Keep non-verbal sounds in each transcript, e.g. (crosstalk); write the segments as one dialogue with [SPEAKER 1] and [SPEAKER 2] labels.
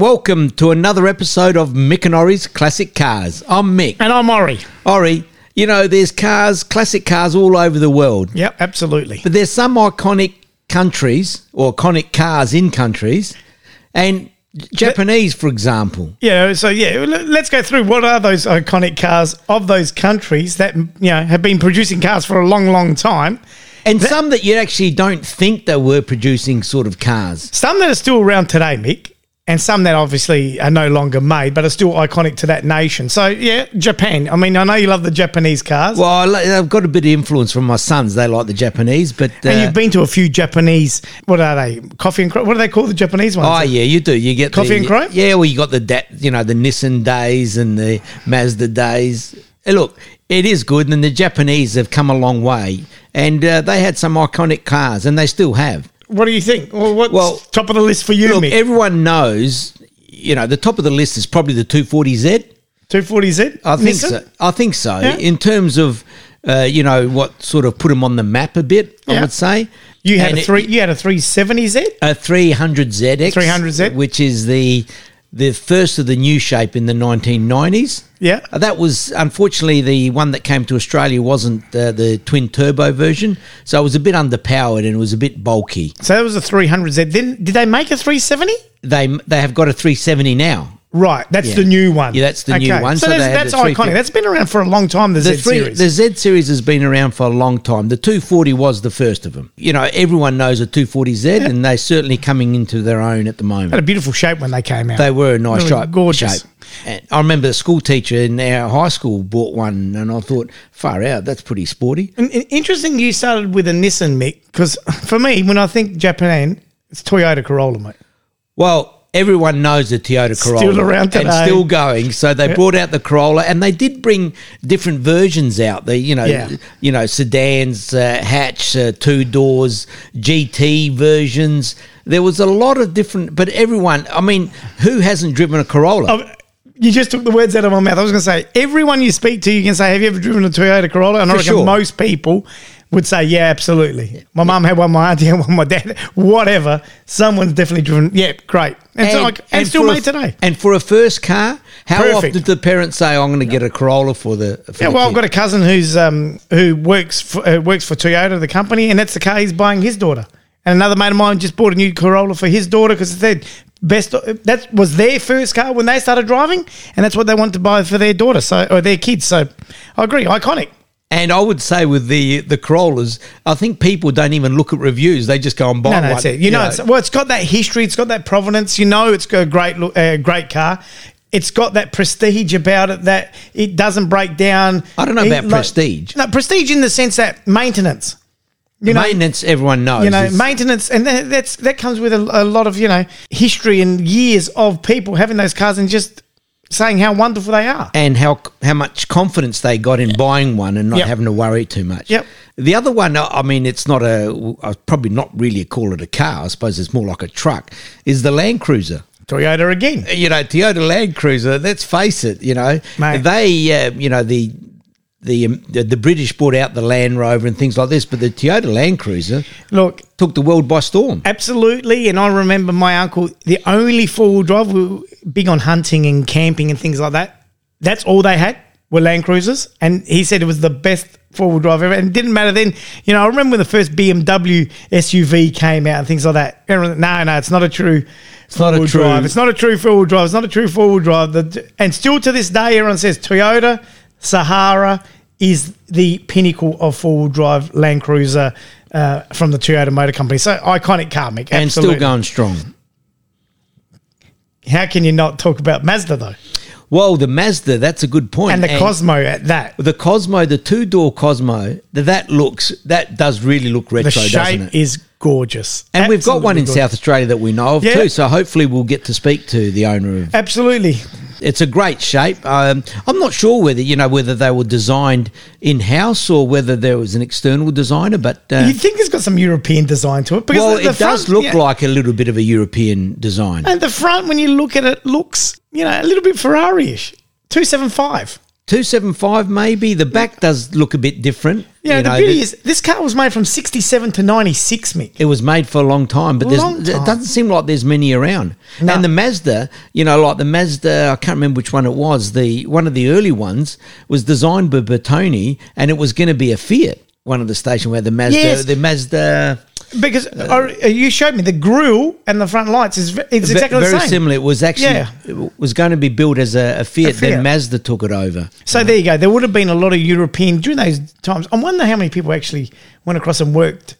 [SPEAKER 1] Welcome to another episode of Mick and Ori's Classic Cars. I'm Mick.
[SPEAKER 2] And I'm Ori.
[SPEAKER 1] Ori, you know, there's cars, classic cars all over the world,
[SPEAKER 2] Yep, absolutely.
[SPEAKER 1] but there's some iconic countries or iconic cars in countries, and Japanese, for example.
[SPEAKER 2] Yeah, so yeah, l- let's go through what are those iconic cars of those countries that you know have been producing cars for a long, long time.
[SPEAKER 1] And some that you actually don't think they were producing sort of cars.
[SPEAKER 2] Some that are still around today, Mick, and some that obviously are no longer made, but are still iconic to that nation. So yeah, Japan. I mean, I know you love the Japanese cars,
[SPEAKER 1] Well, I li- I've got a bit of influence from my sons. They like the Japanese, but uh,
[SPEAKER 2] and you've been to a few Japanese. What are they? Coffee and cro- what do they call the Japanese ones?
[SPEAKER 1] Oh yeah, you do. You get
[SPEAKER 2] Coffee
[SPEAKER 1] the,
[SPEAKER 2] and Crow?
[SPEAKER 1] Yeah, well, you got the da- you know the Nissan days and the Mazda days. Hey, look, it is good, and the Japanese have come a long way, and uh, they had some iconic cars, and they still have.
[SPEAKER 2] What do you think? Well, what's
[SPEAKER 1] Well,
[SPEAKER 2] top of the list for you,
[SPEAKER 1] Look,
[SPEAKER 2] Mick?
[SPEAKER 1] everyone knows, you know, the top of the list is probably the 240Z.
[SPEAKER 2] Two forty Z.
[SPEAKER 1] I think so. I think so.
[SPEAKER 2] Yeah.
[SPEAKER 1] In terms of, uh, you know, what sort of put them on the map a bit, I
[SPEAKER 2] Yeah.
[SPEAKER 1] would say.
[SPEAKER 2] You had
[SPEAKER 1] And
[SPEAKER 2] a
[SPEAKER 1] it-
[SPEAKER 2] three. you had a three seventy Z.
[SPEAKER 1] a 300ZX,
[SPEAKER 2] 300Z.
[SPEAKER 1] which is the the first of the new shape in the 1990s.
[SPEAKER 2] Yeah.
[SPEAKER 1] Uh, that was unfortunately the one that came to Australia wasn't uh, the twin turbo version, so it was a bit underpowered and it was a bit bulky.
[SPEAKER 2] So that was a 300Z. Then did they make a 370?
[SPEAKER 1] They they have got a 370 now.
[SPEAKER 2] Right, that's
[SPEAKER 1] Yeah.
[SPEAKER 2] the new one.
[SPEAKER 1] Yeah, that's the new one.
[SPEAKER 2] So,
[SPEAKER 1] So
[SPEAKER 2] that's,
[SPEAKER 1] they had
[SPEAKER 2] that's
[SPEAKER 1] the
[SPEAKER 2] iconic.
[SPEAKER 1] 350.
[SPEAKER 2] That's been around for a long time. The,
[SPEAKER 1] The
[SPEAKER 2] Z
[SPEAKER 1] three,
[SPEAKER 2] series.
[SPEAKER 1] the Z series has been around for a long time. The 240 was the first of them. You know, everyone knows a 240Z, and they're certainly coming into their own at the moment.
[SPEAKER 2] had a beautiful shape when they came out.
[SPEAKER 1] They were a nice
[SPEAKER 2] They were
[SPEAKER 1] shape.
[SPEAKER 2] gorgeous.
[SPEAKER 1] shape. And I remember the school teacher in our high school bought one, and I thought, far out, that's pretty sporty.
[SPEAKER 2] And- and interesting, you started with a Nissan Mick because (laughs) for me, when I think Japan, it's Toyota Corolla, mate.
[SPEAKER 1] Well, everyone knows the Toyota
[SPEAKER 2] Still
[SPEAKER 1] Corolla.
[SPEAKER 2] around
[SPEAKER 1] And
[SPEAKER 2] today.
[SPEAKER 1] still going. So they brought out the Corolla, and they did bring different versions out. They, you know,
[SPEAKER 2] Yeah.
[SPEAKER 1] you know, sedans, uh, hatch, uh, two doors, GT versions. There was a lot of different, but everyone. I mean, who hasn't driven a Corolla?
[SPEAKER 2] Oh, You just took the words out of my mouth. I was going to say, everyone you speak to, you can say, "Have you ever driven a Toyota Corolla?" And I
[SPEAKER 1] For
[SPEAKER 2] reckon
[SPEAKER 1] sure.
[SPEAKER 2] most people would say, "Yeah, absolutely." My mum had one, my auntie had one, my dad, (laughs) whatever. Someone's definitely driven. Yeah, great, and, so like, and, still
[SPEAKER 1] for
[SPEAKER 2] made
[SPEAKER 1] a,
[SPEAKER 2] today.
[SPEAKER 1] And for a first car, how
[SPEAKER 2] Perfect.
[SPEAKER 1] often do the parents say, "I'm going to get a Corolla for the"? For
[SPEAKER 2] Yeah,
[SPEAKER 1] the
[SPEAKER 2] well, I've
[SPEAKER 1] kid?"
[SPEAKER 2] got a cousin who's um, who works for, uh, works for Toyota, the company, and that's the car he's buying his daughter. And another mate of mine just bought a new Corolla for his daughter because it's their best. That was their first car when they started driving, and that's what they wanted to buy for their daughter, so or their kids. So, I agree, iconic.
[SPEAKER 1] and I would say with the the Corollas, I think people don't even look at reviews; they just go and buy
[SPEAKER 2] No,
[SPEAKER 1] one.
[SPEAKER 2] no, that's it. You, know, it's, well, it's got that history, it's got that provenance. You know, it's got a great, lo- uh, great car. It's got that prestige about it that it doesn't break down.
[SPEAKER 1] I don't know
[SPEAKER 2] It-
[SPEAKER 1] about prestige.
[SPEAKER 2] No, prestige in the sense that maintenance. You know,
[SPEAKER 1] maintenance. everyone knows.
[SPEAKER 2] you know,
[SPEAKER 1] is-
[SPEAKER 2] maintenance, and that, that's that comes with a, a lot of you know history and years of people having those cars and just saying how wonderful they are.
[SPEAKER 1] and how how much confidence they got in buying one and not
[SPEAKER 2] Yep.
[SPEAKER 1] having to worry too much.
[SPEAKER 2] Yep.
[SPEAKER 1] The other one, I I mean, it's not a, I probably not really call it a car. I suppose it's more like a truck. Is the Land Cruiser.
[SPEAKER 2] Toyota again.
[SPEAKER 1] you know Toyota Land Cruiser. Let's face it, you know
[SPEAKER 2] Mate.
[SPEAKER 1] they, uh, you know the. The, um, the the British brought out the Land Rover and things like this, but the Toyota Land Cruiser
[SPEAKER 2] Look,
[SPEAKER 1] took the world by storm.
[SPEAKER 2] Absolutely, and I remember my uncle. The only four wheel drive, we were big on hunting and camping and things like that. That's all they had were Land Cruisers, and he said it was the best four wheel drive ever. And it didn't matter then. You know, I remember when the first BMW SUV came out and things like that. Everyone, no, no, it's not a true. It's
[SPEAKER 1] not a true-
[SPEAKER 2] drive. It's not a true four wheel drive. It's not a true four wheel drive. The, and still to this day, everyone says Toyota Sahara is the pinnacle of four wheel drive Land Cruiser uh, from the Toyota Motor Company. So iconic car, Mick.
[SPEAKER 1] And
[SPEAKER 2] Absolutely.
[SPEAKER 1] still going strong.
[SPEAKER 2] How can you not talk about Mazda though,
[SPEAKER 1] Well, the Mazda, that's a good point.
[SPEAKER 2] and the Cosmo at that?
[SPEAKER 1] the Cosmo, the two door Cosmo, th- that looks that does really look retro,
[SPEAKER 2] The
[SPEAKER 1] doesn't
[SPEAKER 2] shape
[SPEAKER 1] it?
[SPEAKER 2] is gorgeous,
[SPEAKER 1] and we've got one in
[SPEAKER 2] Absolutely
[SPEAKER 1] South Australia that we know of
[SPEAKER 2] Yeah.
[SPEAKER 1] too. So hopefully we'll get to speak to the owner of
[SPEAKER 2] gorgeous. Absolutely,
[SPEAKER 1] It's a great shape. Um, I'm not sure whether you know whether they were designed in house or whether there was an external designer, but uh,
[SPEAKER 2] you think it's got some European design to it? Because
[SPEAKER 1] well,
[SPEAKER 2] the- the
[SPEAKER 1] it does
[SPEAKER 2] front-
[SPEAKER 1] look
[SPEAKER 2] yeah. Uh,
[SPEAKER 1] like a little bit of a European design.
[SPEAKER 2] And the front, when you look at it, looks you know a little bit Ferrari-ish. Two seven five.
[SPEAKER 1] Two seven five, maybe the back does look a bit different.
[SPEAKER 2] Yeah,
[SPEAKER 1] You
[SPEAKER 2] the
[SPEAKER 1] know,
[SPEAKER 2] beauty
[SPEAKER 1] that-
[SPEAKER 2] is this car was made from 67 to 96, Mick.
[SPEAKER 1] It was made for a long time, but there's,
[SPEAKER 2] Long time.
[SPEAKER 1] it doesn't seem like there's many around.
[SPEAKER 2] No.
[SPEAKER 1] And the Mazda, you know, like the Mazda, I can't remember which one it was. The one of the early ones was designed by Bertoni, and it was going to be a Fiat. One of the station where the Mazda,
[SPEAKER 2] Yes.
[SPEAKER 1] the Mazda,
[SPEAKER 2] Because I, you showed me the grille and the front lights is ve- it's
[SPEAKER 1] ve-
[SPEAKER 2] exactly
[SPEAKER 1] very
[SPEAKER 2] the same.
[SPEAKER 1] similar. It was actually
[SPEAKER 2] Yeah.
[SPEAKER 1] it was going to be built as a, a, Fiat,
[SPEAKER 2] Fiat.
[SPEAKER 1] Then Mazda took it over.
[SPEAKER 2] So there you go. There would have been a lot of European during those times. I wonder how many people actually went across and worked,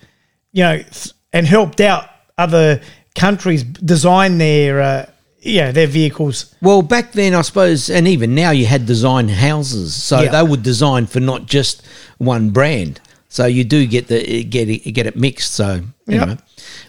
[SPEAKER 2] you know, th- and helped out other countries design their, uh, yeah, their vehicles.
[SPEAKER 1] Well, back then, I suppose, and even now, you had design houses, so
[SPEAKER 2] Yeah.
[SPEAKER 1] they were designed for not just one brand. So you do get the get it, get it mixed. So
[SPEAKER 2] Yep.
[SPEAKER 1] anyway,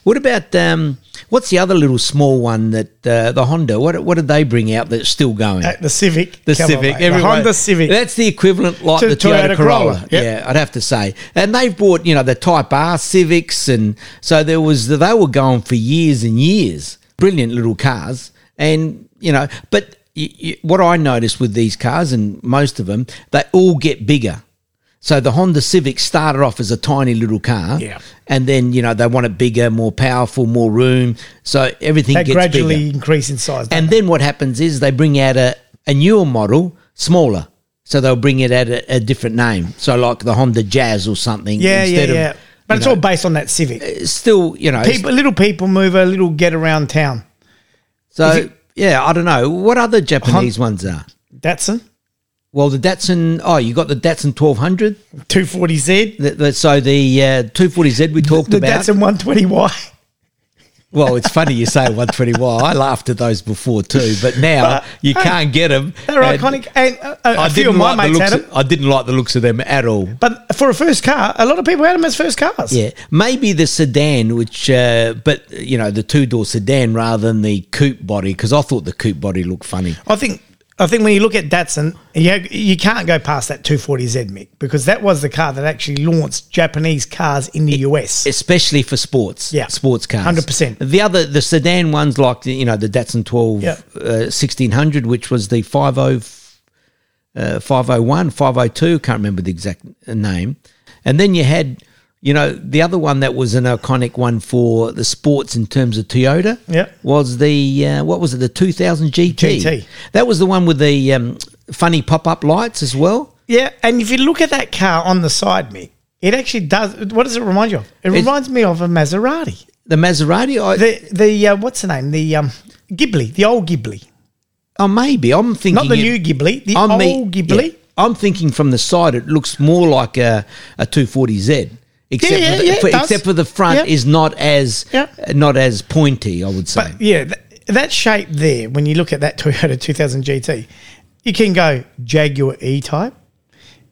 [SPEAKER 1] what about um, what's the other little small one that uh, the Honda? What what did they bring out that's still going?
[SPEAKER 2] Uh, the Civic,
[SPEAKER 1] the
[SPEAKER 2] Come on,
[SPEAKER 1] Civic,
[SPEAKER 2] mate. the
[SPEAKER 1] everyone-
[SPEAKER 2] Honda Civic.
[SPEAKER 1] That's the equivalent like
[SPEAKER 2] To
[SPEAKER 1] the
[SPEAKER 2] the Toyota
[SPEAKER 1] Toyota, Corolla.
[SPEAKER 2] Corolla, yep.
[SPEAKER 1] Yeah, I'd have to say. And they've bought, you know, the Type R Civics, and so there was they were going for years and years. Brilliant little cars, and you know, but y y what I noticed with these cars, and most of them, they all get bigger. So the Honda Civic started off as a tiny little car,
[SPEAKER 2] Yeah.
[SPEAKER 1] and then you know they want it bigger, more powerful, more room. So everything
[SPEAKER 2] They
[SPEAKER 1] gets
[SPEAKER 2] gradually
[SPEAKER 1] bigger.
[SPEAKER 2] increase in size.
[SPEAKER 1] And then what happens is they bring out a, a newer model, smaller. So they'll bring it at a, a different name. So like the Honda Jazz or something.
[SPEAKER 2] yeah, yeah,
[SPEAKER 1] instead of-
[SPEAKER 2] yeah. but
[SPEAKER 1] you
[SPEAKER 2] it's
[SPEAKER 1] know,
[SPEAKER 2] all based on that Civic.
[SPEAKER 1] it's still, you know.
[SPEAKER 2] People, little people mover, little get around town.
[SPEAKER 1] so,
[SPEAKER 2] is it-
[SPEAKER 1] yeah, I don't know. What other Japanese ones are?
[SPEAKER 2] Datsun
[SPEAKER 1] Well, the Datsun, oh, you got the Datsun 1200.
[SPEAKER 2] 240Z,
[SPEAKER 1] The, the, so the uh, 240Z we talked
[SPEAKER 2] the
[SPEAKER 1] about.
[SPEAKER 2] Datsun 120Y.
[SPEAKER 1] well, it's funny you say 120. Well, I laughed at those before too, but now
[SPEAKER 2] (laughs) But,
[SPEAKER 1] you
[SPEAKER 2] hey,
[SPEAKER 1] can't get them.
[SPEAKER 2] (laughs) They're iconic, and uh, a
[SPEAKER 1] I
[SPEAKER 2] few of
[SPEAKER 1] didn't,
[SPEAKER 2] my
[SPEAKER 1] like the
[SPEAKER 2] mates
[SPEAKER 1] looks
[SPEAKER 2] had them.
[SPEAKER 1] of, I didn't like the looks of them at all.
[SPEAKER 2] But for a first car, a lot of people had them as first cars.
[SPEAKER 1] Yeah, maybe the sedan, which, uh, but you know, the two door sedan rather than the coupe body, because I thought the coupe body looked funny.
[SPEAKER 2] I think I think when you look at Datsun, you you can't go past that 240Z Mick because that was the car that actually launched Japanese cars in the US.
[SPEAKER 1] Especially for sports,
[SPEAKER 2] Yeah.
[SPEAKER 1] sports cars,
[SPEAKER 2] 100%.
[SPEAKER 1] The other, the sedan ones, like the, you know the Datsun 12
[SPEAKER 2] Yeah.
[SPEAKER 1] uh, 1600, which was the 50 uh, 501, 502, can't remember the exact uh, name. And then you had, you know, the other one that was an iconic one for the sports in terms of Toyota
[SPEAKER 2] Yeah.
[SPEAKER 1] was the, uh, what was it, the 2000 GT.
[SPEAKER 2] GT.
[SPEAKER 1] That was the one with the um, funny pop up lights as well.
[SPEAKER 2] yeah, and if you look at that car on the side, Mick, it actually does. What does it remind you of? It
[SPEAKER 1] It's-
[SPEAKER 2] reminds me of a Maserati.
[SPEAKER 1] The Maserati, I,
[SPEAKER 2] The the uh, what's the name? The um, Ghibli, the old Ghibli,
[SPEAKER 1] oh, maybe. I'm thinking.
[SPEAKER 2] not the
[SPEAKER 1] it-
[SPEAKER 2] new Ghibli, the
[SPEAKER 1] I'm
[SPEAKER 2] old
[SPEAKER 1] me-
[SPEAKER 2] Ghibli.
[SPEAKER 1] yeah. I'm thinking from the side, it looks more like a, a 240Z. Except,
[SPEAKER 2] yeah,
[SPEAKER 1] for the,
[SPEAKER 2] yeah, it
[SPEAKER 1] for,
[SPEAKER 2] does.
[SPEAKER 1] except for the front
[SPEAKER 2] Yeah.
[SPEAKER 1] is not as
[SPEAKER 2] Yeah.
[SPEAKER 1] not as pointy, I would say.
[SPEAKER 2] But yeah, th- that shape there, when you look at that Toyota 2000 GT, you can go Jaguar E Type.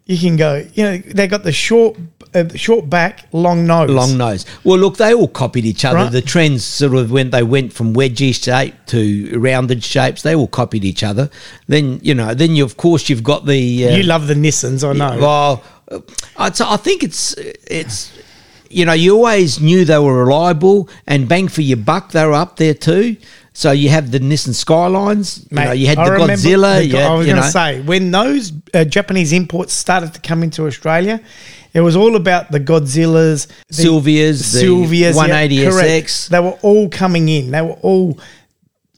[SPEAKER 2] You can go, you know, they got the short, uh, short back, long nose.
[SPEAKER 1] long nose. Well, look, they all copied each other.
[SPEAKER 2] Right.
[SPEAKER 1] The trends sort of when they went from wedgie shape to rounded shapes, they all copied each other. Then you know, then you of course you've got the uh,
[SPEAKER 2] You love the Nissans, I know.
[SPEAKER 1] well, uh, I'd say- I think it's it's you know you always knew they were reliable and bang for your buck. They were up there too. So you have the Nissan Skylines. you know, you had the
[SPEAKER 2] I remember
[SPEAKER 1] Godzilla.
[SPEAKER 2] the
[SPEAKER 1] you
[SPEAKER 2] Go-
[SPEAKER 1] had-
[SPEAKER 2] I was
[SPEAKER 1] you
[SPEAKER 2] going to
[SPEAKER 1] know.
[SPEAKER 2] say when those uh, Japanese imports started to come into Australia, it was all about the Godzillas, the
[SPEAKER 1] Sylvias, the
[SPEAKER 2] Sylvias, yeah,
[SPEAKER 1] 180SX.
[SPEAKER 2] correct. They were all coming in. They were all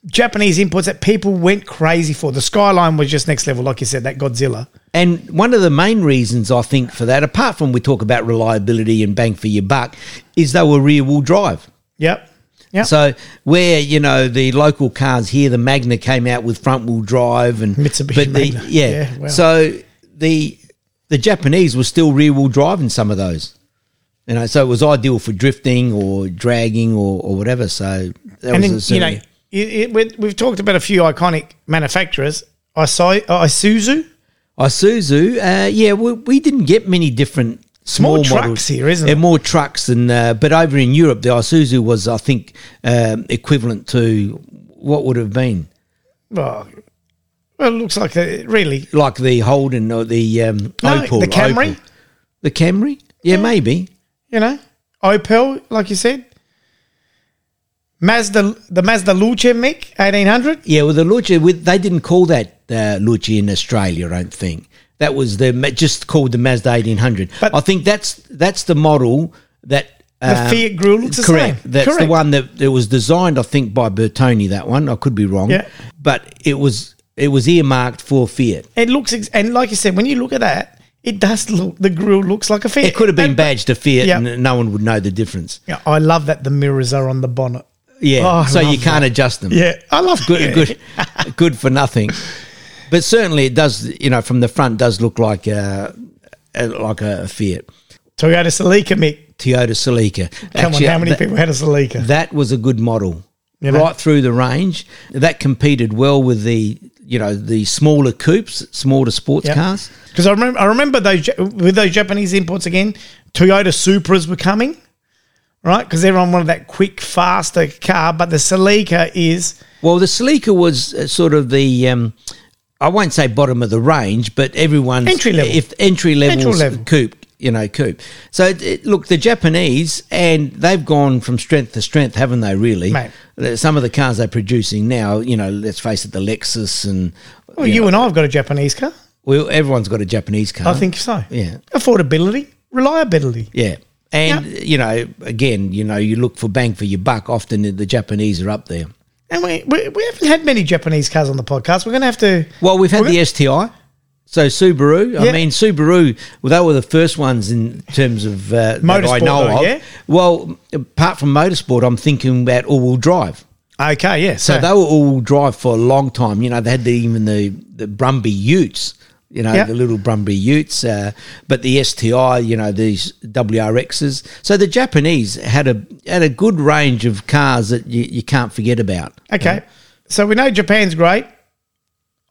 [SPEAKER 2] Japanese imports that people went crazy for. The Skyline was just next level, like you said. That Godzilla.
[SPEAKER 1] And one of the main reasons I think for that, apart from we talk about reliability and bang for your buck, is they were rear wheel drive.
[SPEAKER 2] Yep. Yep.
[SPEAKER 1] So where you know the local cars here, the Magna came out with front wheel drive and
[SPEAKER 2] Mitsubishi
[SPEAKER 1] but the,
[SPEAKER 2] Magna.
[SPEAKER 1] Yeah.
[SPEAKER 2] Yeah, wow.
[SPEAKER 1] So the the Japanese were still rear wheel driving some of those. You know, so it was ideal for drifting or dragging or, or whatever. So that
[SPEAKER 2] and then
[SPEAKER 1] was a
[SPEAKER 2] you know, it,
[SPEAKER 1] certainly-
[SPEAKER 2] it, we- we've talked about a few iconic manufacturers. Isai- uh, Isuzu,
[SPEAKER 1] Isuzu, uh, yeah, we, we didn't get many different small
[SPEAKER 2] more trucks
[SPEAKER 1] models.
[SPEAKER 2] here, isn't
[SPEAKER 1] Yeah,
[SPEAKER 2] it?
[SPEAKER 1] More trucks than, uh, but over in Europe, the Isuzu was, I think, um, equivalent to what would have been
[SPEAKER 2] well, well, it looks like they- really
[SPEAKER 1] like the Holden or the um,
[SPEAKER 2] No,
[SPEAKER 1] Opel,
[SPEAKER 2] the Camry.
[SPEAKER 1] Opel. the Camry. Yeah, maybe.
[SPEAKER 2] you know, Opel, like you said. Mazda, the Mazda Luce Mick, 1800.
[SPEAKER 1] Yeah, well, the Lucha, with, they didn't call that uh, Lucha in Australia, I don't think. That was the Ma- just called the Mazda 1800.
[SPEAKER 2] But-
[SPEAKER 1] I think that's that's the model that um,
[SPEAKER 2] The Fiat Grille looks the
[SPEAKER 1] correct.
[SPEAKER 2] same.
[SPEAKER 1] That's the
[SPEAKER 2] Correct.
[SPEAKER 1] one that it was designed, I think, by Bertoni. That one, I could be wrong.
[SPEAKER 2] Yeah.
[SPEAKER 1] but it was it was earmarked for Fiat.
[SPEAKER 2] It looks ex- and like you said, when you look at that, it does look the grill looks like a Fiat.
[SPEAKER 1] It could have been
[SPEAKER 2] And-
[SPEAKER 1] badged to Fiat,
[SPEAKER 2] Yeah.
[SPEAKER 1] and no one would know the difference.
[SPEAKER 2] Yeah, I love that the mirrors are on the bonnet. Oh,
[SPEAKER 1] Yeah,
[SPEAKER 2] I
[SPEAKER 1] so you
[SPEAKER 2] love
[SPEAKER 1] can't adjust them.
[SPEAKER 2] Yeah, I love
[SPEAKER 1] good,
[SPEAKER 2] yeah.
[SPEAKER 1] good, good for nothing. But certainly, it does. You know, from the front, does look like a, a like a Fiat
[SPEAKER 2] Toyota Celica, Mick.
[SPEAKER 1] Toyota Celica.
[SPEAKER 2] Come on, how many
[SPEAKER 1] that,
[SPEAKER 2] people had a Celica?
[SPEAKER 1] That was a good model,
[SPEAKER 2] You know?
[SPEAKER 1] right through the range. That competed well with the you know the smaller coupes, smaller sports cars.
[SPEAKER 2] Because I remember, I remember those Ja- with those Japanese imports again. Toyota Supras were coming, right? Because everyone wanted that quick, faster car. But the Celica is
[SPEAKER 1] Well, the Celica was uh, sort of the um, I won't say bottom of the range, but everyone's
[SPEAKER 2] Entry level.
[SPEAKER 1] If entry level,
[SPEAKER 2] Entry level.
[SPEAKER 1] coupe, you know, coupe. So it, it- look, the Japanese and they've gone from strength to strength, haven't they? Really,
[SPEAKER 2] Mate.
[SPEAKER 1] Uh, some of the cars they're producing now, you know, let's face it, the Lexus and
[SPEAKER 2] well, you and I have got a Japanese car.
[SPEAKER 1] well, everyone's got a Japanese car.
[SPEAKER 2] I think so.
[SPEAKER 1] Uh-huh. yeah.
[SPEAKER 2] affordability, reliability.
[SPEAKER 1] Yeah. And, you know, again, you know, you look for bang for your buck. Often the- the Japanese are up there.
[SPEAKER 2] And we, we, we haven't had many Japanese cars on the podcast. We're going to have to.
[SPEAKER 1] Well, we've had
[SPEAKER 2] We're
[SPEAKER 1] the STI. So Subaru, I
[SPEAKER 2] Oh, Yeah.
[SPEAKER 1] mean Subaru, well, they were the first ones in terms of uh, that I
[SPEAKER 2] Motorsport
[SPEAKER 1] know
[SPEAKER 2] though,
[SPEAKER 1] of.
[SPEAKER 2] yeah?
[SPEAKER 1] Well, apart from motorsport, I'm thinking about all-wheel drive.
[SPEAKER 2] Okay, yeah. So,
[SPEAKER 1] So they were all-wheel drive for a long time. You know, they had the, even the the Brumby Utes. You know,
[SPEAKER 2] Yeah.
[SPEAKER 1] the little Brumby Utes. Uh, but the STI, you know, these WRXs. So the Japanese had a had a good range of cars that you, you can't forget about.
[SPEAKER 2] okay. So we know Japan's great.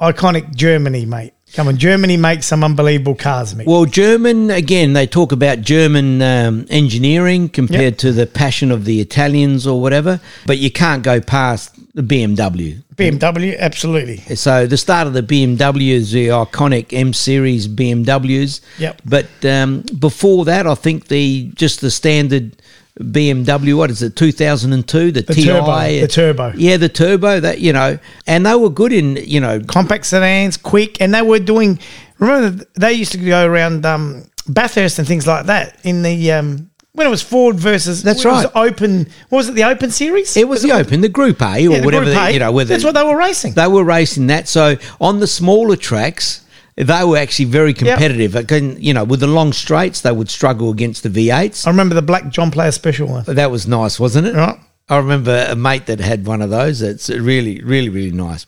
[SPEAKER 2] Iconic Germany, mate. Come on, Germany makes some unbelievable cars, mate.
[SPEAKER 1] Well, German again. They talk about German um, engineering compared to the passion of the Italians or whatever, but you can't go past the BMW.
[SPEAKER 2] BMW, absolutely.
[SPEAKER 1] So the start of the BMWs, the iconic M series BMWs.
[SPEAKER 2] Yep.
[SPEAKER 1] But um, before that, I think the just the standard BMW. What is it? Two thousand and two. The, TI.
[SPEAKER 2] turbo, the turbo.
[SPEAKER 1] Yeah, the turbo. That you know, and they were good in you know.
[SPEAKER 2] Compact sedans, quick, and they were doing. Remember, they used to go around um, Bathurst and things like that in the um, when it was Ford versus.
[SPEAKER 1] That's
[SPEAKER 2] when it was
[SPEAKER 1] right.
[SPEAKER 2] open. What was it? The Open Series.
[SPEAKER 1] It was the open, the Group A or
[SPEAKER 2] the
[SPEAKER 1] whatever
[SPEAKER 2] Group
[SPEAKER 1] the-
[SPEAKER 2] A.
[SPEAKER 1] you know. Whether
[SPEAKER 2] That's what they were racing.
[SPEAKER 1] they were racing that. So on the smaller tracks, they were actually very competitive. Again, you know, with the long straights, they would struggle against the V8s.
[SPEAKER 2] I remember the black John Player special one.
[SPEAKER 1] That was nice, wasn't it?
[SPEAKER 2] Right.
[SPEAKER 1] I remember a mate that had one of those. It's really, really, really nice.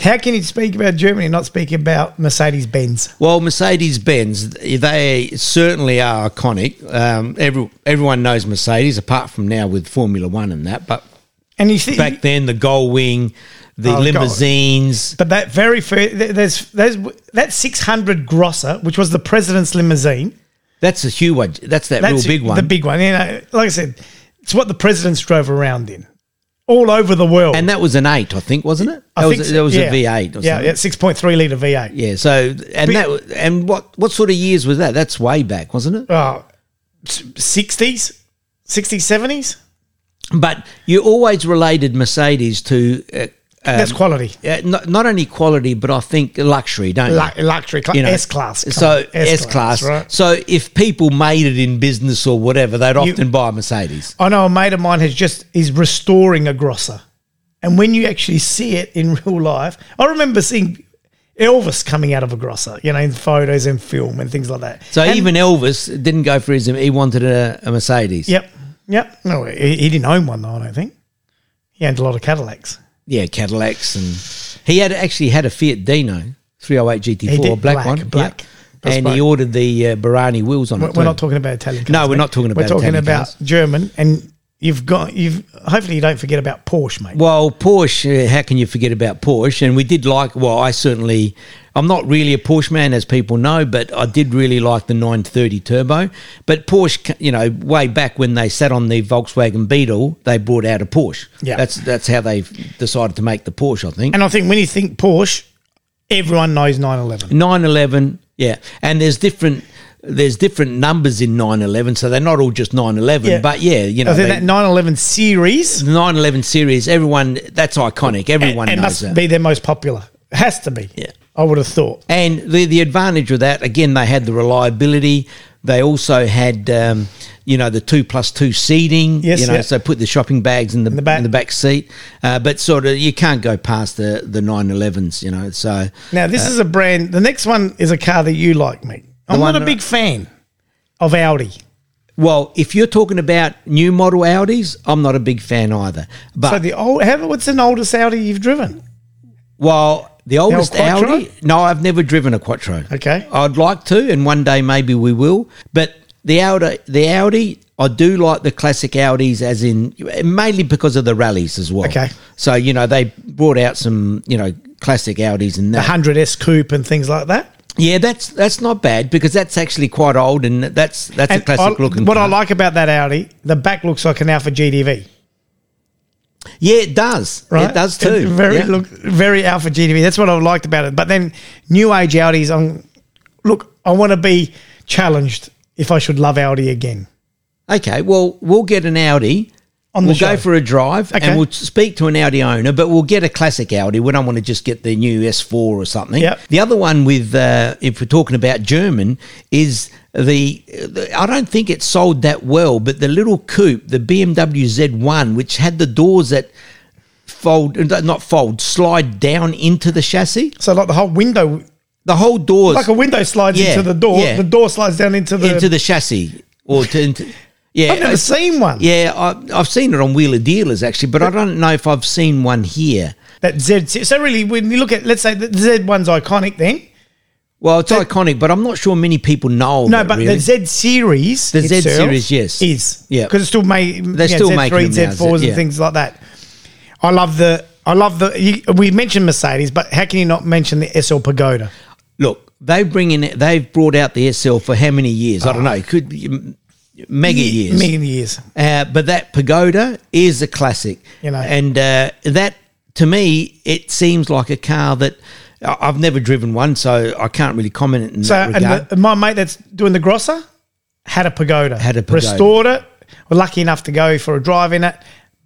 [SPEAKER 2] How can you speak about Germany and not speak about Mercedes Benz?
[SPEAKER 1] Well, Mercedes Benz, they certainly are iconic. Um, every, everyone knows Mercedes, apart from now with Formula One and that. But
[SPEAKER 2] And you see,
[SPEAKER 1] back then, the Gullwing, the
[SPEAKER 2] Oh, God.
[SPEAKER 1] limousines,
[SPEAKER 2] but that very first, there's, there's that 600 Grosser, which was the president's limousine.
[SPEAKER 1] that's a huge one. That's that
[SPEAKER 2] That's
[SPEAKER 1] real big one.
[SPEAKER 2] The big one. You know, like I said, it's what the presidents drove around in, all over the world.
[SPEAKER 1] And that was an eight, I think, wasn't it?
[SPEAKER 2] I
[SPEAKER 1] that
[SPEAKER 2] think
[SPEAKER 1] was,
[SPEAKER 2] so,
[SPEAKER 1] that was
[SPEAKER 2] yeah.
[SPEAKER 1] a V eight or
[SPEAKER 2] yeah,
[SPEAKER 1] something.
[SPEAKER 2] yeah, 6.3 litre V8.
[SPEAKER 1] Yeah, so and that wa- and what what sort of years was that? That's way back, wasn't it?
[SPEAKER 2] Oh, s- 60s, 60s, 70s.
[SPEAKER 1] But you always related Mercedes to uh,
[SPEAKER 2] That's quality.
[SPEAKER 1] uh, not, not only quality, but I think luxury, don't you?
[SPEAKER 2] Lu- luxury, cla-
[SPEAKER 1] You know,
[SPEAKER 2] S-Class. come
[SPEAKER 1] So
[SPEAKER 2] on,
[SPEAKER 1] S class.
[SPEAKER 2] right?
[SPEAKER 1] So if people made it in business or whatever, they'd often buy a Mercedes.
[SPEAKER 2] I know a mate of mine has just is restoring a grosser, and when you actually see it in (laughs) real life, I remember seeing Elvis coming out of a grosser, you know, in photos and film and things like that.
[SPEAKER 1] So
[SPEAKER 2] And-
[SPEAKER 1] even Elvis didn't go for his. He wanted a, a Mercedes.
[SPEAKER 2] yep, yep. No, he, he didn't own one though. I don't think he owned a lot of Cadillacs.
[SPEAKER 1] Yeah, Cadillacs, and he had actually had a Fiat Dino 308
[SPEAKER 2] He
[SPEAKER 1] GT4,
[SPEAKER 2] did,
[SPEAKER 1] a black,
[SPEAKER 2] black,
[SPEAKER 1] one, yeah.
[SPEAKER 2] black. That's
[SPEAKER 1] and
[SPEAKER 2] black.
[SPEAKER 1] he ordered the uh, Barani wheels on
[SPEAKER 2] We're,
[SPEAKER 1] it.
[SPEAKER 2] we're
[SPEAKER 1] too.
[SPEAKER 2] not talking about Italian. Cars,
[SPEAKER 1] No, we're
[SPEAKER 2] mate.
[SPEAKER 1] not talking
[SPEAKER 2] We're
[SPEAKER 1] about
[SPEAKER 2] talking
[SPEAKER 1] Italian
[SPEAKER 2] about
[SPEAKER 1] cars.
[SPEAKER 2] German, and you've got you've. Hopefully, you don't forget about Porsche, mate.
[SPEAKER 1] Well, Porsche, uh, how can you forget about Porsche? And we did like, well, I certainly, I'm not really a Porsche man, as people know, but I did really like the 930 Turbo. But Porsche, c- you know, way back when they sat on the Volkswagen Beetle, they brought out a Porsche.
[SPEAKER 2] Yeah.
[SPEAKER 1] That's, that's how they decided to make the Porsche, I think.
[SPEAKER 2] And I think when you think Porsche, everyone knows 911.
[SPEAKER 1] 911 yeah and there's different there's different numbers in 911 so they're not all just 911
[SPEAKER 2] Yeah.
[SPEAKER 1] but yeah you know
[SPEAKER 2] I think
[SPEAKER 1] they-
[SPEAKER 2] that 911 series.
[SPEAKER 1] the 911 series everyone that's iconic everyone
[SPEAKER 2] and
[SPEAKER 1] knows
[SPEAKER 2] must
[SPEAKER 1] that
[SPEAKER 2] be their most popular. Has to be.
[SPEAKER 1] Yeah.
[SPEAKER 2] I would have thought.
[SPEAKER 1] And the the advantage of that, again, they had the reliability. They also had, um, you know, the two plus two seating.
[SPEAKER 2] Yes,
[SPEAKER 1] you know,
[SPEAKER 2] yeah.
[SPEAKER 1] so put the shopping bags in the, in
[SPEAKER 2] the
[SPEAKER 1] the
[SPEAKER 2] back.
[SPEAKER 1] back, seat. Uh, but sort of, you can't go past the the nine elevens. You know, so
[SPEAKER 2] Now this is a brand. The next one is a car that you like, mate. I'm
[SPEAKER 1] one
[SPEAKER 2] not a
[SPEAKER 1] that-
[SPEAKER 2] big fan of Audi.
[SPEAKER 1] well, if you're talking about new model Audis, I'm not a big fan either. But
[SPEAKER 2] So the old, how, what's an oldest Audi you've driven?
[SPEAKER 1] Well, the oldest
[SPEAKER 2] Quattro?
[SPEAKER 1] Audi. No, I've never driven a Quattro.
[SPEAKER 2] Okay.
[SPEAKER 1] I'd like to, and one day maybe we will. But the Audi, the Audi, I do like the classic Audis, as in mainly because of the rallies as well.
[SPEAKER 2] Okay.
[SPEAKER 1] So you know they brought out some you know classic Audis and
[SPEAKER 2] The
[SPEAKER 1] that.
[SPEAKER 2] hundred S coupe and things like that.
[SPEAKER 1] yeah, that's that's not bad because that's actually quite old and that's that's a
[SPEAKER 2] And
[SPEAKER 1] classic
[SPEAKER 2] I-
[SPEAKER 1] looking.
[SPEAKER 2] What I
[SPEAKER 1] car.
[SPEAKER 2] like about that Audi, the back looks like an Alpha GDV.
[SPEAKER 1] Yeah, it does.
[SPEAKER 2] Right?
[SPEAKER 1] It does too.
[SPEAKER 2] It very
[SPEAKER 1] Yeah.
[SPEAKER 2] look very Alpha GDV. That's what I liked about it. But then new age Audis. I'm look. I want to be challenged if I should love Audi again.
[SPEAKER 1] Okay, well, we'll get an Audi.
[SPEAKER 2] On the
[SPEAKER 1] we'll
[SPEAKER 2] show.
[SPEAKER 1] go for a drive
[SPEAKER 2] Okay.
[SPEAKER 1] and we'll speak to an Audi owner, but we'll get a classic Audi. We don't want to just get the new S4 or something.
[SPEAKER 2] Yep.
[SPEAKER 1] The other one with, uh, if we're talking about German, is the, the, I don't think it sold that well, but the little coupe, the BMW Z1, which had the doors that fold, not fold, slide down into the chassis.
[SPEAKER 2] So like the whole window,
[SPEAKER 1] The whole doors
[SPEAKER 2] like a window slides
[SPEAKER 1] Yeah,
[SPEAKER 2] into the door.
[SPEAKER 1] yeah.
[SPEAKER 2] The door slides down into the.
[SPEAKER 1] into the chassis. Or to, into, yeah,
[SPEAKER 2] I've never
[SPEAKER 1] it's-
[SPEAKER 2] seen one.
[SPEAKER 1] Yeah, I, I've seen it on Wheeler Dealers actually, but I don't know if I've seen one here.
[SPEAKER 2] That Z. So really, when you look at, let's say the Z one's iconic. Then
[SPEAKER 1] Well, it's
[SPEAKER 2] That-
[SPEAKER 1] iconic, but I'm not sure many people know. of
[SPEAKER 2] no,
[SPEAKER 1] it,
[SPEAKER 2] but
[SPEAKER 1] really.
[SPEAKER 2] the Z series,
[SPEAKER 1] The Z
[SPEAKER 2] itself
[SPEAKER 1] series, yes.
[SPEAKER 2] is
[SPEAKER 1] Yeah.
[SPEAKER 2] because it's still made.
[SPEAKER 1] They're still making them now,
[SPEAKER 2] Z fours and
[SPEAKER 1] yeah.
[SPEAKER 2] things like that. I love the. I love the. You, we mentioned Mercedes, but how can you not mention the SL Pagoda?
[SPEAKER 1] look, they bring in, they've brought out the SL for how many years? I don't know. It could be mm, mega years.
[SPEAKER 2] million years.
[SPEAKER 1] Uh, but that pagoda is a classic,
[SPEAKER 2] You know.
[SPEAKER 1] and uh, that to me it seems like a car that I- I've never driven one, so I can't really comment in
[SPEAKER 2] So
[SPEAKER 1] that
[SPEAKER 2] and
[SPEAKER 1] regard.
[SPEAKER 2] the, my mate that's doing the grosser had a pagoda.
[SPEAKER 1] Had a Pagoda.
[SPEAKER 2] Restored it. We're lucky enough to go for a drive in it.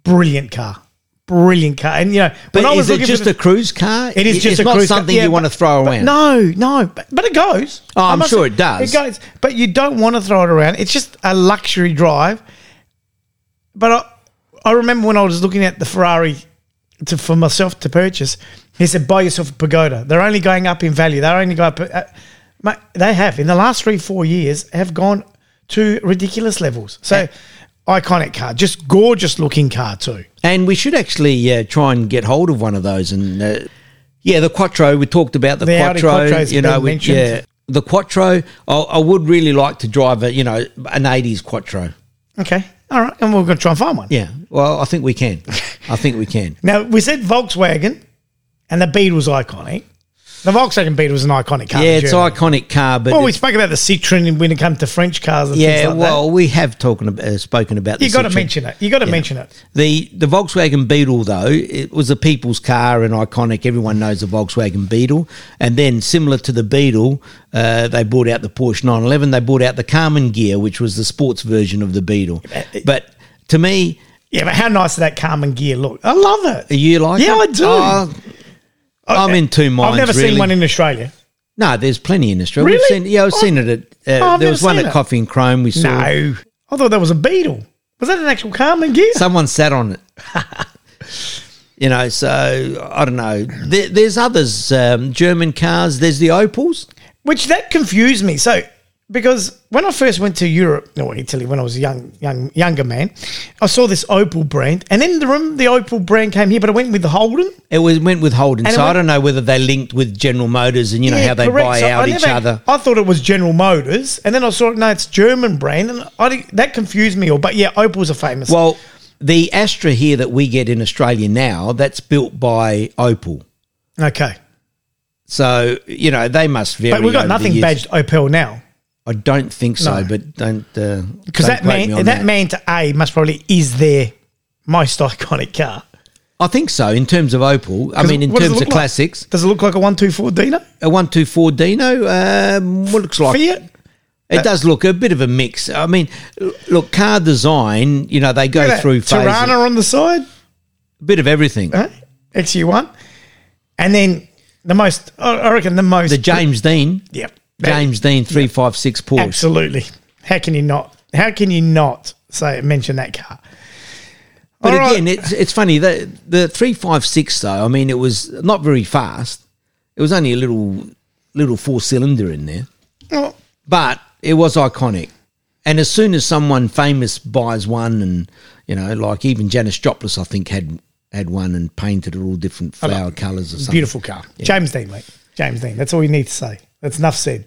[SPEAKER 2] Brilliant car. Brilliant car. And you know,
[SPEAKER 1] but
[SPEAKER 2] when I was
[SPEAKER 1] is it
[SPEAKER 2] looking for
[SPEAKER 1] just
[SPEAKER 2] the-
[SPEAKER 1] a cruise car?
[SPEAKER 2] It is just
[SPEAKER 1] it's
[SPEAKER 2] a
[SPEAKER 1] not
[SPEAKER 2] cruise car.
[SPEAKER 1] something
[SPEAKER 2] Yeah,
[SPEAKER 1] you want to
[SPEAKER 2] but-
[SPEAKER 1] throw
[SPEAKER 2] but
[SPEAKER 1] around.
[SPEAKER 2] No, no, but, but it goes.
[SPEAKER 1] Oh,
[SPEAKER 2] I
[SPEAKER 1] I'm
[SPEAKER 2] must
[SPEAKER 1] sure
[SPEAKER 2] say,
[SPEAKER 1] it does.
[SPEAKER 2] It goes, but you don't want to throw it around. It's just a luxury drive. But I, I remember when I was looking at the Ferrari to, for myself to purchase, he said, "Buy yourself a Pagoda. They're only going up in value. They're only going up." Uh, mate, they have in the last three, four years have gone to ridiculous levels. So, iconic car, just gorgeous looking car too.
[SPEAKER 1] And we should actually uh, try and get hold of one of those. And uh, yeah, the Quattro. We talked about the,
[SPEAKER 2] The Audi
[SPEAKER 1] Quattro.
[SPEAKER 2] Quattro's
[SPEAKER 1] you know,
[SPEAKER 2] been
[SPEAKER 1] we-
[SPEAKER 2] mentioned.
[SPEAKER 1] yeah, the Quattro. I, I would really like to drive a you know an '80s Quattro.
[SPEAKER 2] Okay, all right, and we're going to try and find one.
[SPEAKER 1] Yeah. Well, I think we
[SPEAKER 2] (laughs)
[SPEAKER 1] can. I think we can.
[SPEAKER 2] Now we said Volkswagen, and the Beetle's iconic. The Volkswagen Beetle's an iconic car.
[SPEAKER 1] Yeah,
[SPEAKER 2] in
[SPEAKER 1] it's an
[SPEAKER 2] Germany.
[SPEAKER 1] iconic car, but
[SPEAKER 2] Well, we
[SPEAKER 1] it's-
[SPEAKER 2] spoke about the Citroen when it comes to French cars. And
[SPEAKER 1] yeah.
[SPEAKER 2] things like
[SPEAKER 1] well, we have talking about, uh, spoken about.
[SPEAKER 2] that. you
[SPEAKER 1] the
[SPEAKER 2] got to
[SPEAKER 1] Citroen.
[SPEAKER 2] mention it. You got to mention it.
[SPEAKER 1] The the Volkswagen Beetle though it was a people's car and iconic. Everyone knows the Volkswagen Beetle, and then similar to the Beetle, uh, they brought out the Porsche 911. They brought out the Carmen Gear, which was the sports version of the Beetle. But to me,
[SPEAKER 2] Yeah, but how nice does that Carmen gear look? I love it.
[SPEAKER 1] you like?
[SPEAKER 2] Yeah,
[SPEAKER 1] it?
[SPEAKER 2] I do.
[SPEAKER 1] I'm in two
[SPEAKER 2] Oh. I've
[SPEAKER 1] minds.
[SPEAKER 2] never
[SPEAKER 1] really.
[SPEAKER 2] seen one in Australia.
[SPEAKER 1] No, there's plenty in Australia. We've
[SPEAKER 2] Really? Oh,
[SPEAKER 1] seen, yeah, I've seen it at. Uh,
[SPEAKER 2] I've
[SPEAKER 1] there
[SPEAKER 2] never
[SPEAKER 1] was one
[SPEAKER 2] seen
[SPEAKER 1] at
[SPEAKER 2] it.
[SPEAKER 1] Coffee and Chrome. We saw.
[SPEAKER 2] No, I thought that was a Beetle. Was that an actual Carmen gear?
[SPEAKER 1] Someone sat on it. (laughs) you know, so I don't know. There, there's others, um, German cars. There's the Opals.
[SPEAKER 2] Which that confused me. So because when I first went to Europe or Italy when I was a young, young younger man, I saw this Opel brand, and then the room the Opel brand came here, but I went with the Holden.
[SPEAKER 1] It was went with Holden,
[SPEAKER 2] And it
[SPEAKER 1] so I
[SPEAKER 2] went-
[SPEAKER 1] don't know whether they linked with General Motors and you know
[SPEAKER 2] Yeah,
[SPEAKER 1] how they
[SPEAKER 2] correct.
[SPEAKER 1] buy
[SPEAKER 2] So
[SPEAKER 1] out
[SPEAKER 2] I
[SPEAKER 1] each
[SPEAKER 2] never-
[SPEAKER 1] other.
[SPEAKER 2] I thought it was General Motors, and then I saw it. No, it's German brand, and I didn't- that confused me. All, but yeah, Opel's are famous.
[SPEAKER 1] Well, the Astra here that we get in Australia now, that's built by Opel.
[SPEAKER 2] okay,
[SPEAKER 1] So you know they must vary.
[SPEAKER 2] but we've got
[SPEAKER 1] over the
[SPEAKER 2] nothing
[SPEAKER 1] years.
[SPEAKER 2] badged Opel now
[SPEAKER 1] I don't think so,
[SPEAKER 2] No.
[SPEAKER 1] but don't because
[SPEAKER 2] because that man, that, man to A must probably is their most (laughs) iconic car.
[SPEAKER 1] I think so in terms of Opel. I mean, in
[SPEAKER 2] What does it
[SPEAKER 1] terms of
[SPEAKER 2] look like?
[SPEAKER 1] classics,
[SPEAKER 2] Does it look like a one two four Dino?
[SPEAKER 1] a one two four Dino um, what looks like
[SPEAKER 2] Fiat.
[SPEAKER 1] It does look a bit of a mix. I mean, l- look, car design, you know, they go
[SPEAKER 2] Look at that.
[SPEAKER 1] through phases.
[SPEAKER 2] Tirana on the side, Uh-huh.
[SPEAKER 1] bit of everything.
[SPEAKER 2] huh? XU1. And then The most, I I reckon, the most.
[SPEAKER 1] The James Dean,
[SPEAKER 2] Yep.
[SPEAKER 1] James Dean 356 Porsche.
[SPEAKER 2] Absolutely. How can you not? How can you not say mention that car?
[SPEAKER 1] But
[SPEAKER 2] All right.
[SPEAKER 1] again, it's it's funny the the three five six though. I mean, it was not very fast. It was only a little little four cylinder in there,
[SPEAKER 2] Well,
[SPEAKER 1] but it was iconic. And as soon as someone famous buys one, and you know, like even Janis Joplin, I think had had one and painted it all different
[SPEAKER 2] I know.
[SPEAKER 1] flower colours or something.
[SPEAKER 2] beautiful car. James Dean, mate. James Dean. That's all you need to say. That's enough said.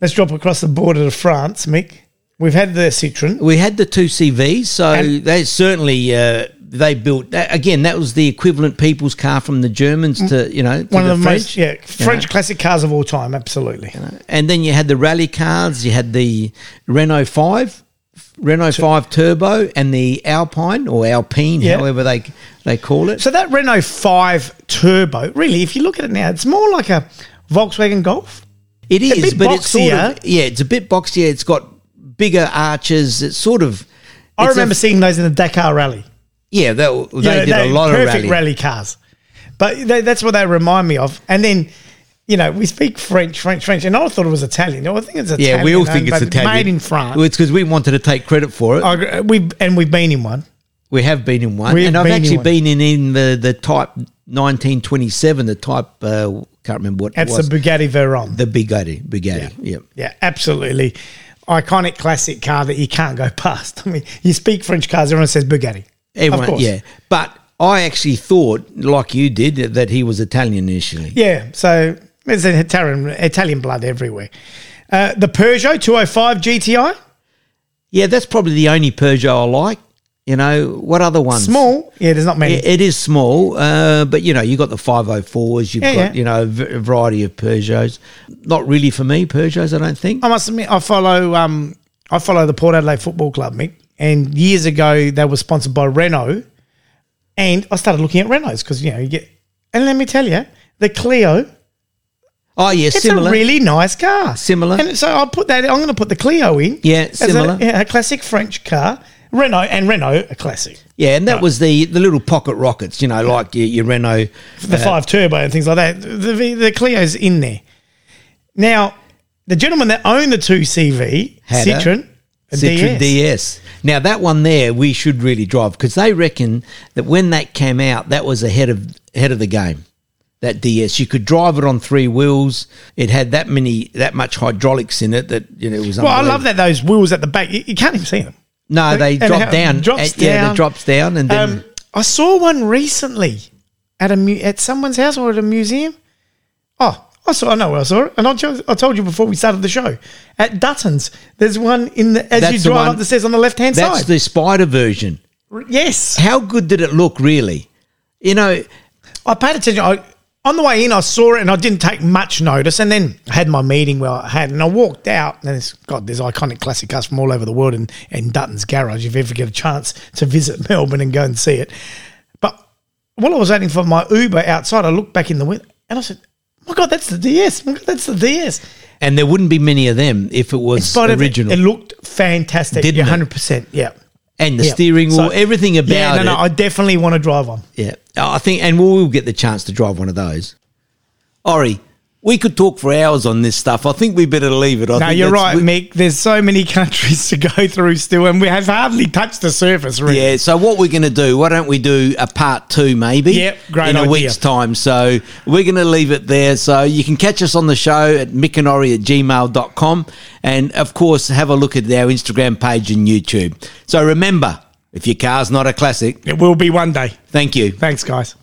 [SPEAKER 2] Let's drop across the border to France, Mick. We've had the Citroen.
[SPEAKER 1] We had the two CVs, so
[SPEAKER 2] And-
[SPEAKER 1] they certainly uh, they built that, again. That was the equivalent people's car from the Germans to you know to
[SPEAKER 2] Mm. One
[SPEAKER 1] the
[SPEAKER 2] of the
[SPEAKER 1] French.
[SPEAKER 2] most yeah, French classic cars of all time, absolutely.
[SPEAKER 1] And then you had the rally cars, you had the Renault 5, Renault 5 Turbo, and the Alpine or Alpine,
[SPEAKER 2] Yeah.
[SPEAKER 1] however they they call it.
[SPEAKER 2] So that Renault 5 Turbo, really, if you look at it now, it's more like a Volkswagen Golf.
[SPEAKER 1] it is,
[SPEAKER 2] bit
[SPEAKER 1] but it's sort
[SPEAKER 2] boxier.
[SPEAKER 1] of, yeah, it's a bit boxier. It's got bigger arches. It's sort of.
[SPEAKER 2] I
[SPEAKER 1] it's a-
[SPEAKER 2] remember seeing those in the Dakar Rally.
[SPEAKER 1] yeah, they, they
[SPEAKER 2] Yeah,
[SPEAKER 1] did a
[SPEAKER 2] they're
[SPEAKER 1] lot of
[SPEAKER 2] perfect
[SPEAKER 1] rally.
[SPEAKER 2] cars. But they, that's what they remind me of. And then, you know, we speak French, French, French, and I thought it was Italian. No, I think it's Italian.
[SPEAKER 1] Yeah, we all think
[SPEAKER 2] owned,
[SPEAKER 1] it's
[SPEAKER 2] but
[SPEAKER 1] Italian.
[SPEAKER 2] Made in France.
[SPEAKER 1] Well, it's because we wanted to take credit for it.
[SPEAKER 2] I agree. we and we've been in one.
[SPEAKER 1] We have been in one,
[SPEAKER 2] We've
[SPEAKER 1] and I've
[SPEAKER 2] been in
[SPEAKER 1] actually
[SPEAKER 2] one.
[SPEAKER 1] been in, in the the Type 1927, the Type uh, can't remember what
[SPEAKER 2] That's
[SPEAKER 1] it was.
[SPEAKER 2] the Bugatti Veyron.
[SPEAKER 1] the Bugatti, Bugatti, yeah.
[SPEAKER 2] yeah, absolutely. Iconic classic car that you can't go past. (laughs) I mean, you speak French cars, everyone says Bugatti.
[SPEAKER 1] Everyone,
[SPEAKER 2] of course.
[SPEAKER 1] yeah. But I actually thought, like you did, that- that he was Italian initially.
[SPEAKER 2] Yeah, so there's an Italian Italian blood everywhere. Uh, the Peugeot 205 GTI,
[SPEAKER 1] Yeah, that's probably the only Peugeot I like. You know, what other ones?
[SPEAKER 2] small. Yeah, there's not many.
[SPEAKER 1] It, it is small, uh, but you know, you've got the 504s, you've
[SPEAKER 2] Yeah,
[SPEAKER 1] got,
[SPEAKER 2] yeah.
[SPEAKER 1] you know, a v- a variety of Peugeots. Not really for me, Peugeots, I don't think.
[SPEAKER 2] I must admit, I follow um, I follow the Port Adelaide Football Club, Mick. And years ago, they were sponsored by Renault, and I started looking at Renaults because you know you get. And let me tell you, the Clio,
[SPEAKER 1] Oh, yeah,
[SPEAKER 2] it's
[SPEAKER 1] similar.
[SPEAKER 2] a really nice car,
[SPEAKER 1] Similar.
[SPEAKER 2] And so I'll put that. I'm going to put the Clio in.
[SPEAKER 1] Yeah,
[SPEAKER 2] as a-
[SPEAKER 1] similar.
[SPEAKER 2] yeah, a classic French car, Renault, and Renault a classic.
[SPEAKER 1] yeah, and that was the, the little pocket rockets, you know, like your, your Renault.
[SPEAKER 2] the five turbo and things like that. The, the, the Clio's in there. Now, the gentleman that owned the two CV
[SPEAKER 1] Had a
[SPEAKER 2] Citroen, a
[SPEAKER 1] Citroen
[SPEAKER 2] DS.
[SPEAKER 1] DS. Now that one there, we should really drive because they reckon that when that came out, that was ahead of ahead of the game. That DS, you could drive it on three wheels. It had that many, that much hydraulics in it that you know it was.
[SPEAKER 2] Well, I love that those wheels at the back. You, you can't even see them.
[SPEAKER 1] No, they
[SPEAKER 2] And how-
[SPEAKER 1] drop down.
[SPEAKER 2] drops
[SPEAKER 1] Uh, Yeah,
[SPEAKER 2] down.
[SPEAKER 1] it drops down, and then
[SPEAKER 2] Um, I saw one recently at a mu- at someone's house or at a museum. Oh, I saw. I know where I saw it, and I, chose, I told you before we started the show at Dutton's. There's one in the as you
[SPEAKER 1] That's the
[SPEAKER 2] drive
[SPEAKER 1] one-
[SPEAKER 2] up the stairs on the left hand
[SPEAKER 1] that's
[SPEAKER 2] side.
[SPEAKER 1] the spider version.
[SPEAKER 2] yes,
[SPEAKER 1] How good did it look, really? You know,
[SPEAKER 2] I paid attention. I, on the way in, I saw it and I didn't take much notice. And then I had my meeting where I had, and I walked out. And it's, God, there's iconic classic cars from all over the world and, and Dutton's Garage if you ever get a chance to visit (laughs) Melbourne and go and see it. But while I was waiting for my Uber outside, I looked back in the window and I said, my God, that's the DS. My God, that's the DS.
[SPEAKER 1] and there wouldn't be many of them if it was
[SPEAKER 2] But it-
[SPEAKER 1] original.
[SPEAKER 2] It, looked fantastic.
[SPEAKER 1] Didn't
[SPEAKER 2] yeah,
[SPEAKER 1] it?
[SPEAKER 2] 100%. Yeah.
[SPEAKER 1] and the
[SPEAKER 2] yeah.
[SPEAKER 1] steering wheel,
[SPEAKER 2] So-
[SPEAKER 1] everything about
[SPEAKER 2] yeah, no,
[SPEAKER 1] it.
[SPEAKER 2] no, I definitely want to drive one.
[SPEAKER 1] Yeah, I think, and we'll get the chance to drive one of those. Ori, we could talk for hours on this stuff. I think we better leave it. I
[SPEAKER 2] No,
[SPEAKER 1] think
[SPEAKER 2] you're
[SPEAKER 1] that's-
[SPEAKER 2] right, Mick. There's so many (laughs) countries to go through still, and we have hardly touched the surface, really. (laughs)
[SPEAKER 1] Yeah, so what we're going to do, why don't we do a part two maybe?
[SPEAKER 2] Yep, great
[SPEAKER 1] In a
[SPEAKER 2] idea.
[SPEAKER 1] week's time. So we're going to leave it there. So you can catch us on the show at mickanori at gmail.com. And of course, have a look at our Instagram page and YouTube. So remember, if your car's not a classic,
[SPEAKER 2] It will be one day.
[SPEAKER 1] thank you.
[SPEAKER 2] Thanks, guys.